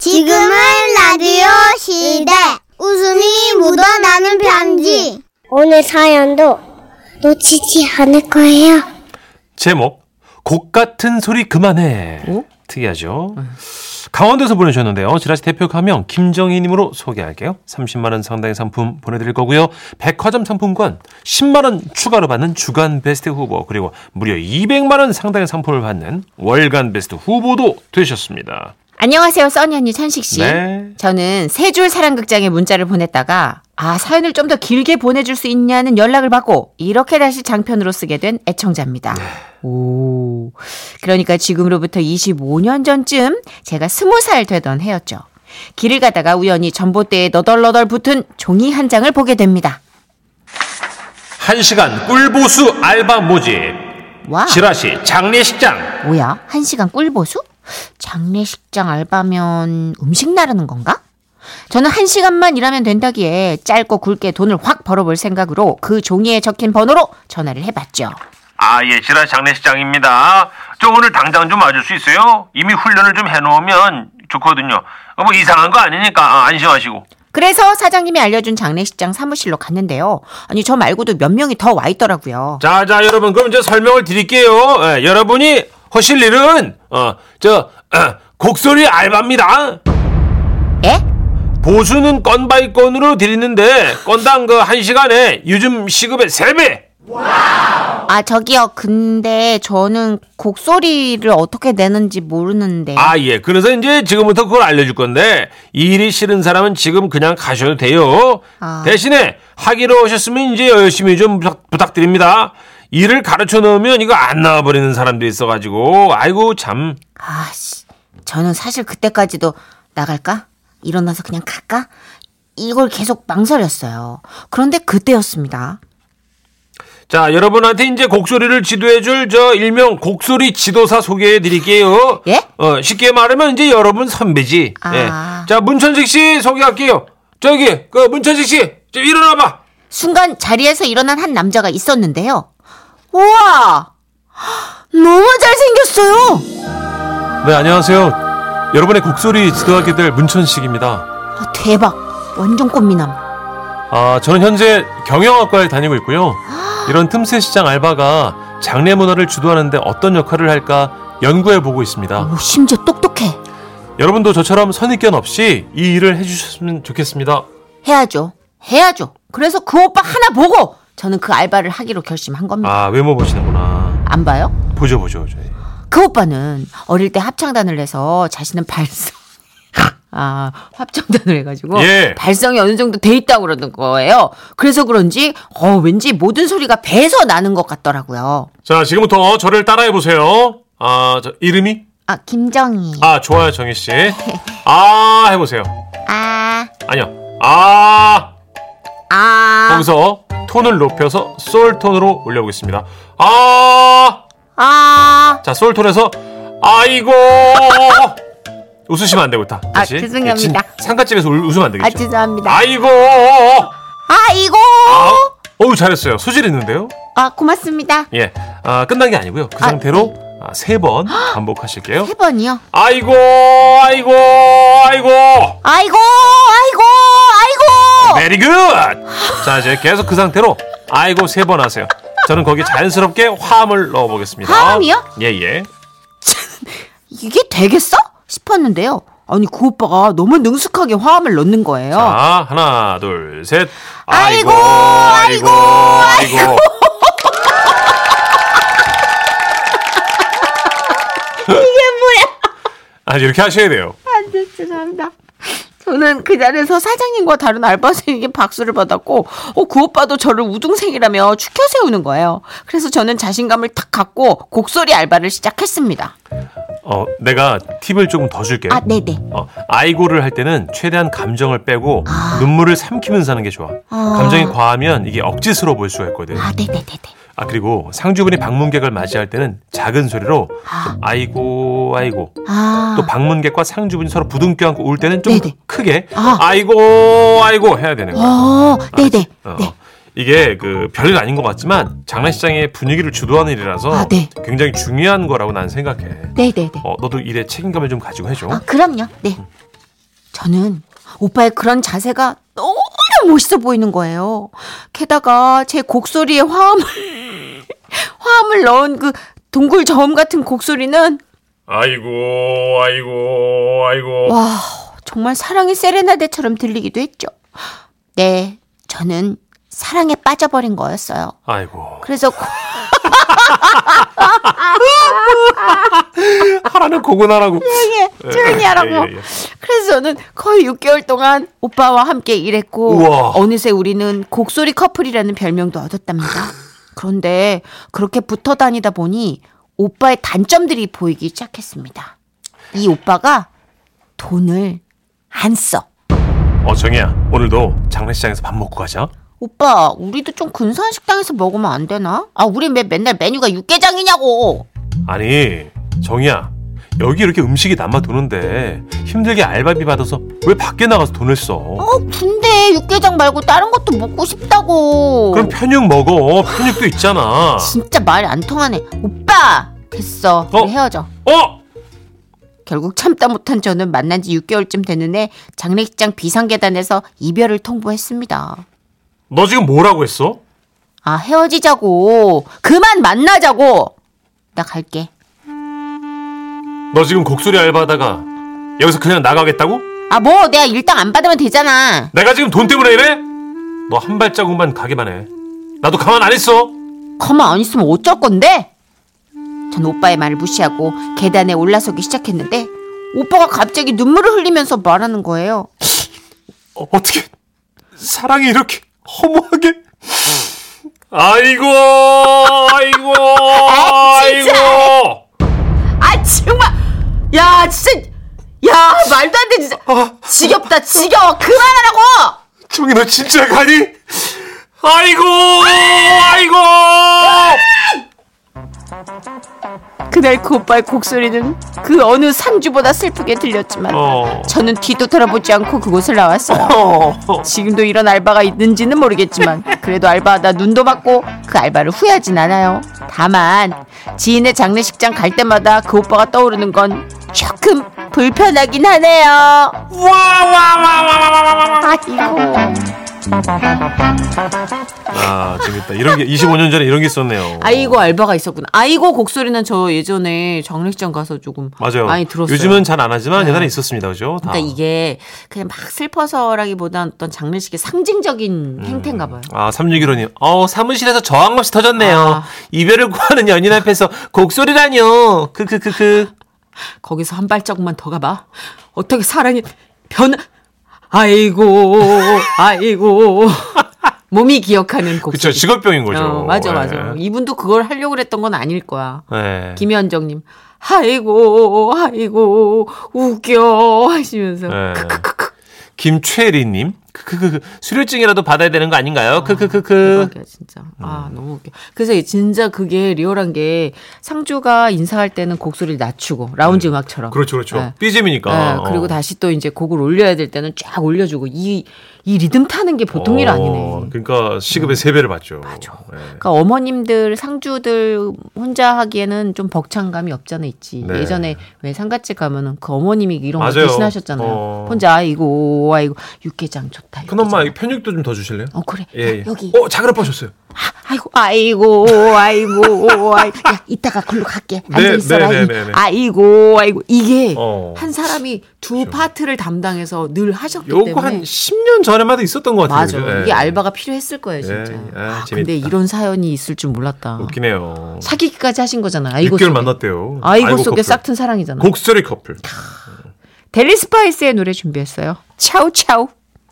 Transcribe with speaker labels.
Speaker 1: 지금은 라디오 시대. 웃음이 묻어나는 편지.
Speaker 2: 오늘 사연도 놓치지 않을 거예요.
Speaker 3: 제목 곡 같은 소리 그만해 특이하죠 강원도에서 보내주셨는데요 지라시 대표 가명 김정희님으로 소개할게요 30만원 상당의 상품 보내드릴 거고요 백화점 상품권 10만원 추가로 받는 주간 베스트 후보 그리고 무려 200만원 상당의 상품을 받는 월간 베스트 후보도 되셨습니다
Speaker 4: 안녕하세요, 써니 언니 천식 씨.
Speaker 3: 네.
Speaker 4: 저는 세 줄 사랑극장에 문자를 보냈다가 아 사연을 좀 더 길게 보내줄 수 있냐는 연락을 받고 이렇게 다시 장편으로 쓰게 된 애청자입니다. 오, 그러니까 지금으로부터 25년 전쯤 제가 스무 살 되던 해였죠. 길을 가다가 우연히 전봇대에 너덜너덜 붙은 종이 한 장을 보게 됩니다.
Speaker 3: 1시간 꿀보수 알바 모집
Speaker 4: 와,
Speaker 3: 지라시 장례식장
Speaker 4: 뭐야? 한 시간 꿀보수? 장례식장 알바면 음식 나르는 건가? 저는 한 시간만 일하면 된다기에 짧고 굵게 돈을 확 벌어볼 생각으로 그 종이에 적힌 번호로 전화를 해봤죠.
Speaker 3: 아예 지라시 장례식장입니다 저 오늘 당장 좀 와줄 수 있어요? 이미 훈련을 좀 해놓으면 좋거든요 뭐 이상한 거 아니니까 안심하시고
Speaker 4: 그래서 사장님이 알려준 장례식장 사무실로 갔는데요. 아니 저 말고도 몇 명이 더 와 있더라고요.
Speaker 3: 자, 자, 여러분, 그럼 이제 설명을 드릴게요. 예, 여러분이 하실 일은, 어, 저, 어, 곡소리 알바입니다.
Speaker 4: 에?
Speaker 3: 보수는 건 바이 건으로 드리는데, 건당 그 한 시간에 요즘 시급의 세배
Speaker 4: 아 저기요. 근데 저는 곡소리를 어떻게 내는지 모르는데.
Speaker 3: 아, 예. 그래서 이제 지금부터 그걸 알려줄 건데, 이 일이 싫은 사람은 지금 그냥 가셔도 돼요.
Speaker 4: 아.
Speaker 3: 대신에 하기로 하셨으면 이제 열심히 좀 부탁, 부탁드립니다. 일을 가르쳐 놓으면 이거 안 나와버리는 사람도 있어가지고, 아이고, 참.
Speaker 4: 아씨, 저는 사실 그때까지도 나갈까? 일어나서 그냥 갈까? 이걸 계속 망설였어요. 그런데 그때였습니다.
Speaker 3: 자, 여러분한테 이제 곡소리를 지도해줄 저 일명 곡소리 지도사 소개해드릴게요.
Speaker 4: 예?
Speaker 3: 어, 쉽게 말하면 이제 여러분 선배지.
Speaker 4: 아.
Speaker 3: 예. 자, 문천식 씨 소개할게요. 저기, 그 문천식 씨, 좀 일어나봐.
Speaker 4: 순간 자리에서 일어난 한 남자가 있었는데요. 우와! 너무 잘생겼어요!
Speaker 3: 네, 안녕하세요. 여러분의 곡소리 지도하게 될 문천식입니다.
Speaker 4: 아, 대박! 완전 꽃미남.
Speaker 3: 아, 저는 현재 경영학과에 다니고 있고요. 이런 틈새 시장 알바가 장례 문화를 주도하는데 어떤 역할을 할까 연구해 보고 있습니다.
Speaker 4: 오, 심지어 똑똑해.
Speaker 3: 여러분도 저처럼 선입견 없이 이 일을 해주셨으면 좋겠습니다.
Speaker 4: 해야죠. 해야죠. 그래서 그 오빠 하나 보고 저는 그 알바를 하기로 결심한 겁니다.
Speaker 3: 아 외모 보시는구나.
Speaker 4: 안 봐요?
Speaker 3: 보죠 보죠. 저희.
Speaker 4: 그 오빠는 어릴 때 합창단을 해서 자신은 발성 아 합창단을 해가지고
Speaker 3: 예.
Speaker 4: 발성이 어느 정도 돼 있다고 그러는 거예요. 그래서 그런지 어 왠지 모든 소리가 배에서 나는 것 같더라고요.
Speaker 3: 자 지금부터 저를 따라해 보세요. 아 저, 이름이?
Speaker 4: 아 김정희
Speaker 3: 아 좋아요 정희 씨. 아 해보세요.
Speaker 4: 아아
Speaker 3: 아니요. 아
Speaker 4: 아,
Speaker 3: 거기서 톤을 높여서 솔 톤으로 올려보겠습니다. 아.
Speaker 4: 아.
Speaker 3: 자 솔 톤에서 아이고. 웃으시면 안 되고 다. 다시. 예,
Speaker 4: 아, 죄송합니다.
Speaker 3: 진- 상가집에서 울- 웃으면 안
Speaker 4: 아,
Speaker 3: 되겠죠.
Speaker 4: 죄송합니다.
Speaker 3: 아이고.
Speaker 4: 아이고
Speaker 3: 아, 어우 잘했어요. 소질 있는데요.
Speaker 4: 아 고맙습니다.
Speaker 3: 예, 아, 끝난 게 아니고요. 그
Speaker 4: 아,
Speaker 3: 상태로 아, 세번 반복하실게요.
Speaker 4: 세 번이요.
Speaker 3: 아이고, 아이고, 아이고.
Speaker 4: 아이고 아이고 아이고
Speaker 3: 메리 굿. 자, 이제 계속 그 상태로 아이고 세 번 하세요. 저는 거기 자연스럽게 화음을 넣어보겠습니다.
Speaker 4: 화음이요?
Speaker 3: 예, 예.
Speaker 4: 이게 되겠어? 싶었는데요. 아니 그 오빠가 너무 능숙하게 화음을 넣는 거예요.
Speaker 3: 자, 하나, 둘, 셋.
Speaker 4: 아. 아이고,
Speaker 3: 아이고, 아이고. 아, 이렇게 하셔야 돼요.
Speaker 4: 안돼 죄송합니다. 저는 그 자리에서 사장님과 다른 알바생에게 박수를 받았고, 어, 그 오빠도 저를 우등생이라며 추켜 세우는 거예요. 그래서 저는 자신감을 탁 갖고 곡소리 알바를 시작했습니다.
Speaker 3: 어, 내가 팁을 조금 더 줄게요.
Speaker 4: 아, 네네.
Speaker 3: 어, 아이고를 할 때는 최대한 감정을 빼고
Speaker 4: 아.
Speaker 3: 눈물을 삼키면서 하는 게 좋아. 감정이 과하면 이게 억지스러워 보일 수가 있거든.
Speaker 4: 아, 네네네네.
Speaker 3: 아 그리고 상주분이 방문객을 맞이할 때는 작은 소리로 좀 아이고 아이고
Speaker 4: 아,
Speaker 3: 또 방문객과 상주분이 서로 부둥켜 안고 울 때는 좀
Speaker 4: 네네.
Speaker 3: 크게
Speaker 4: 아.
Speaker 3: 아. 이고 아이고 해야 되는 거야.
Speaker 4: 어, 네네.
Speaker 3: 어,
Speaker 4: 네.
Speaker 3: 이게 그 별일 아닌 것 같지만 장례식장의 분위기를 주도하는 일이라서
Speaker 4: 아, 네.
Speaker 3: 굉장히 중요한 거라고 난 생각해.
Speaker 4: 네네네.
Speaker 3: 어, 너도 일에 책임감을 좀 가지고 해줘.
Speaker 4: 아, 그럼요. 네. 저는 오빠의 그런 자세가 너무 멋있어 보이는 거예요. 게다가 제 곡소리에 화음을 화음을 넣은 그 동굴 저음 같은 곡소리는
Speaker 5: 아이고, 아이고, 아이고.
Speaker 3: 네.
Speaker 4: 와, 정말 사랑의 세레나데처럼 들리기도 했죠. 네, 저는 사랑에 빠져버린 거였어요.
Speaker 3: 아이고.
Speaker 4: 그래서 고-
Speaker 3: 하라는 고군하라고.
Speaker 4: 네, 조용히 하라고.
Speaker 3: 예, 예, 예.
Speaker 4: 그래서 저는 거의 6개월 동안 오빠와 함께 일했고
Speaker 3: 우와.
Speaker 4: 어느새 우리는 곡소리 커플이라는 별명도 얻었답니다. 그런데 그렇게 붙어 다니다 보니 오빠의 단점들이 보이기 시작했습니다. 이 오빠가 돈을 안 써.
Speaker 3: 어, 정혜야. 오늘도 장례시장에서 밥 먹고 가자.
Speaker 4: 오빠, 우리도 좀 근사한 식당에서 먹으면 안 되나? 아, 우린 왜 맨날 메뉴가 육개장이냐고.
Speaker 3: 아니, 정희야. 여기 이렇게 음식이 남아도는데 힘들게 알바비 받아서 왜 밖에 나가서 돈을 써?
Speaker 4: 어, 근데 육개장 말고 다른 것도 먹고 싶다고.
Speaker 3: 그럼 편육 먹어. 편육도 있잖아.
Speaker 4: 진짜 말이 안 통하네. 오빠! 됐어.
Speaker 3: 어?
Speaker 4: 우리 헤어져.
Speaker 3: 어?
Speaker 4: 결국 참다 못한 저는 만난 지 6개월쯤 되는데 장례식장 비상계단에서 이별을 통보했습니다.
Speaker 3: 너 지금 뭐라고 했어?
Speaker 4: 아, 헤어지자고. 그만 만나자고. 나 갈게.
Speaker 3: 너 지금 곡소리 알바하다가 여기서 그냥 나가겠다고?
Speaker 4: 아, 뭐 내가 일당 안 받으면 되잖아.
Speaker 3: 내가 지금 돈 때문에 이래? 너 한 발자국만 가기만 해. 나도 가만 안 있어.
Speaker 4: 가만 안 있으면 어쩔 건데? 전 오빠의 말을 무시하고 계단에 올라서기 시작했는데 오빠가 갑자기 눈물을 흘리면서 말하는 거예요.
Speaker 3: 어, 어떻게 사랑이 이렇게 허무하게? 아이고, 아이고, 아이고.
Speaker 4: 아 정말 야 진짜 야 말도 안 돼 진짜
Speaker 3: 아,
Speaker 4: 지겹다 지겨워 그만하라고
Speaker 3: 종이 너 진짜 가니? 아이고, 아이고.
Speaker 4: 그날 그 오빠의 곡소리는 그 어느 상주보다 슬프게 들렸지만
Speaker 3: 어.
Speaker 4: 저는 뒤도 돌아보지 않고 그곳을 나왔어요
Speaker 3: 어,
Speaker 4: 지금도 이런 알바가 있는지는 모르겠지만 그래도 알바하다 눈도 받고 그 알바를 후회하진 않아요 다만 지인의 장례식장 갈 때마다 그 오빠가 떠오르는 건 조금 불편하긴 하네요
Speaker 3: 아 재밌다. 이런 게 25년 전에 이런 게 있었네요.
Speaker 4: 아이고 알바가 있었구나. 아이고 곡소리는 저 예전에 장례식장 가서 조금
Speaker 3: 맞아요.
Speaker 4: 많이 들었어요. 네.
Speaker 3: 요즘은 잘 안 하지만 옛날에 있었습니다, 그죠? 다.
Speaker 4: 그러니까 이게 그냥 막 슬퍼서라기보단 어떤 장례식의 상징적인 행태인가 봐요.
Speaker 3: 아, 3615님. 어, 사무실에서 저항 없이 터졌네요.
Speaker 4: 아.
Speaker 3: 이별을 구하는 연인 앞에서 곡소리라뇨. 그, 그, 그, 그.
Speaker 4: 거기서 한 발자국만 더 가봐. 어떻게 사랑이 변? 아이고 아이고 몸이 기억하는 곡소리.
Speaker 3: 그쵸, 직업병인 거죠.
Speaker 4: 어, 맞아 맞아.
Speaker 3: 예.
Speaker 4: 이분도 그걸 하려고 그랬던 건 아닐 거야.
Speaker 3: 예.
Speaker 4: 김현정님. 아이고 아이고 웃겨 하시면서
Speaker 3: 예.
Speaker 4: 크크크크
Speaker 3: 김최리님. 그, 그, 그, 그. 수료증이라도 받아야 되는 거 아닌가요? 그, 그, 그, 그.
Speaker 4: 대박이야 진짜. 아 너무 웃겨. 그래서 진짜 그게 리얼한 게 상주가 인사할 때는 곡소리를 낮추고 라운지 음. 악처럼
Speaker 3: 그렇죠, 그렇죠.
Speaker 4: 네.
Speaker 3: 삐짐이니까.
Speaker 4: 그리고
Speaker 3: 어.
Speaker 4: 다시 또 이제 곡을 올려야 될 때는 쫙 올려주고 이 이 리듬 타는 게 보통 일
Speaker 3: 어,
Speaker 4: 아니네. 음.
Speaker 3: 그러니까 시급의 세배를 받죠. 네. 맞아.
Speaker 4: 그러니까 어머님들 상주들 혼자 하기에는 좀 벅찬감이 없잖아 있지.
Speaker 3: 네.
Speaker 4: 예전에 왜 상갓집 가면은 그 어머님이 이런 거
Speaker 3: 맞아요.
Speaker 4: 대신하셨잖아요.
Speaker 3: 어.
Speaker 4: 혼자 아이고 아이고 육개장 좋다.
Speaker 3: 큰엄마,
Speaker 4: 육개장.
Speaker 3: 이 편육도 좀 더 주실래요?
Speaker 4: 어 그래.
Speaker 3: 예, 예.
Speaker 4: 여기.
Speaker 3: 어, 작은 아빠 셨어요
Speaker 4: 아이고 아이고 아이고 아이 야 이따가 글로 갈게
Speaker 3: 네,
Speaker 4: 앉아 있어라
Speaker 3: 네,
Speaker 4: 이.
Speaker 3: 네, 네, 네.
Speaker 4: 아이고 아이고 이게
Speaker 3: 어. 그렇죠.
Speaker 4: 한 사람이 두 파트를 담당해서 늘 하셨기
Speaker 3: 요거
Speaker 4: 때문에
Speaker 3: 한 10년 전에만 있었던 것 같아요.
Speaker 4: 맞아
Speaker 3: 그죠? 예.
Speaker 4: 이게 알바가 필요했을 거예요
Speaker 3: 예,
Speaker 4: 진짜
Speaker 3: 예.
Speaker 4: 아,
Speaker 3: 아,
Speaker 4: 근데
Speaker 3: 재밌다.
Speaker 4: 이런 사연이 있을 줄 몰랐다
Speaker 3: 웃기네요.
Speaker 4: 사귀기까지 하신 거잖아 아이고
Speaker 3: 6개월
Speaker 4: 속에.
Speaker 3: 만났대요.
Speaker 4: 아이고, 속에
Speaker 3: 커플.
Speaker 4: 싹튼 사랑이잖아
Speaker 3: 곡소리 커플.
Speaker 4: 델리 스파이스의 노래 준비했어요 차우 차우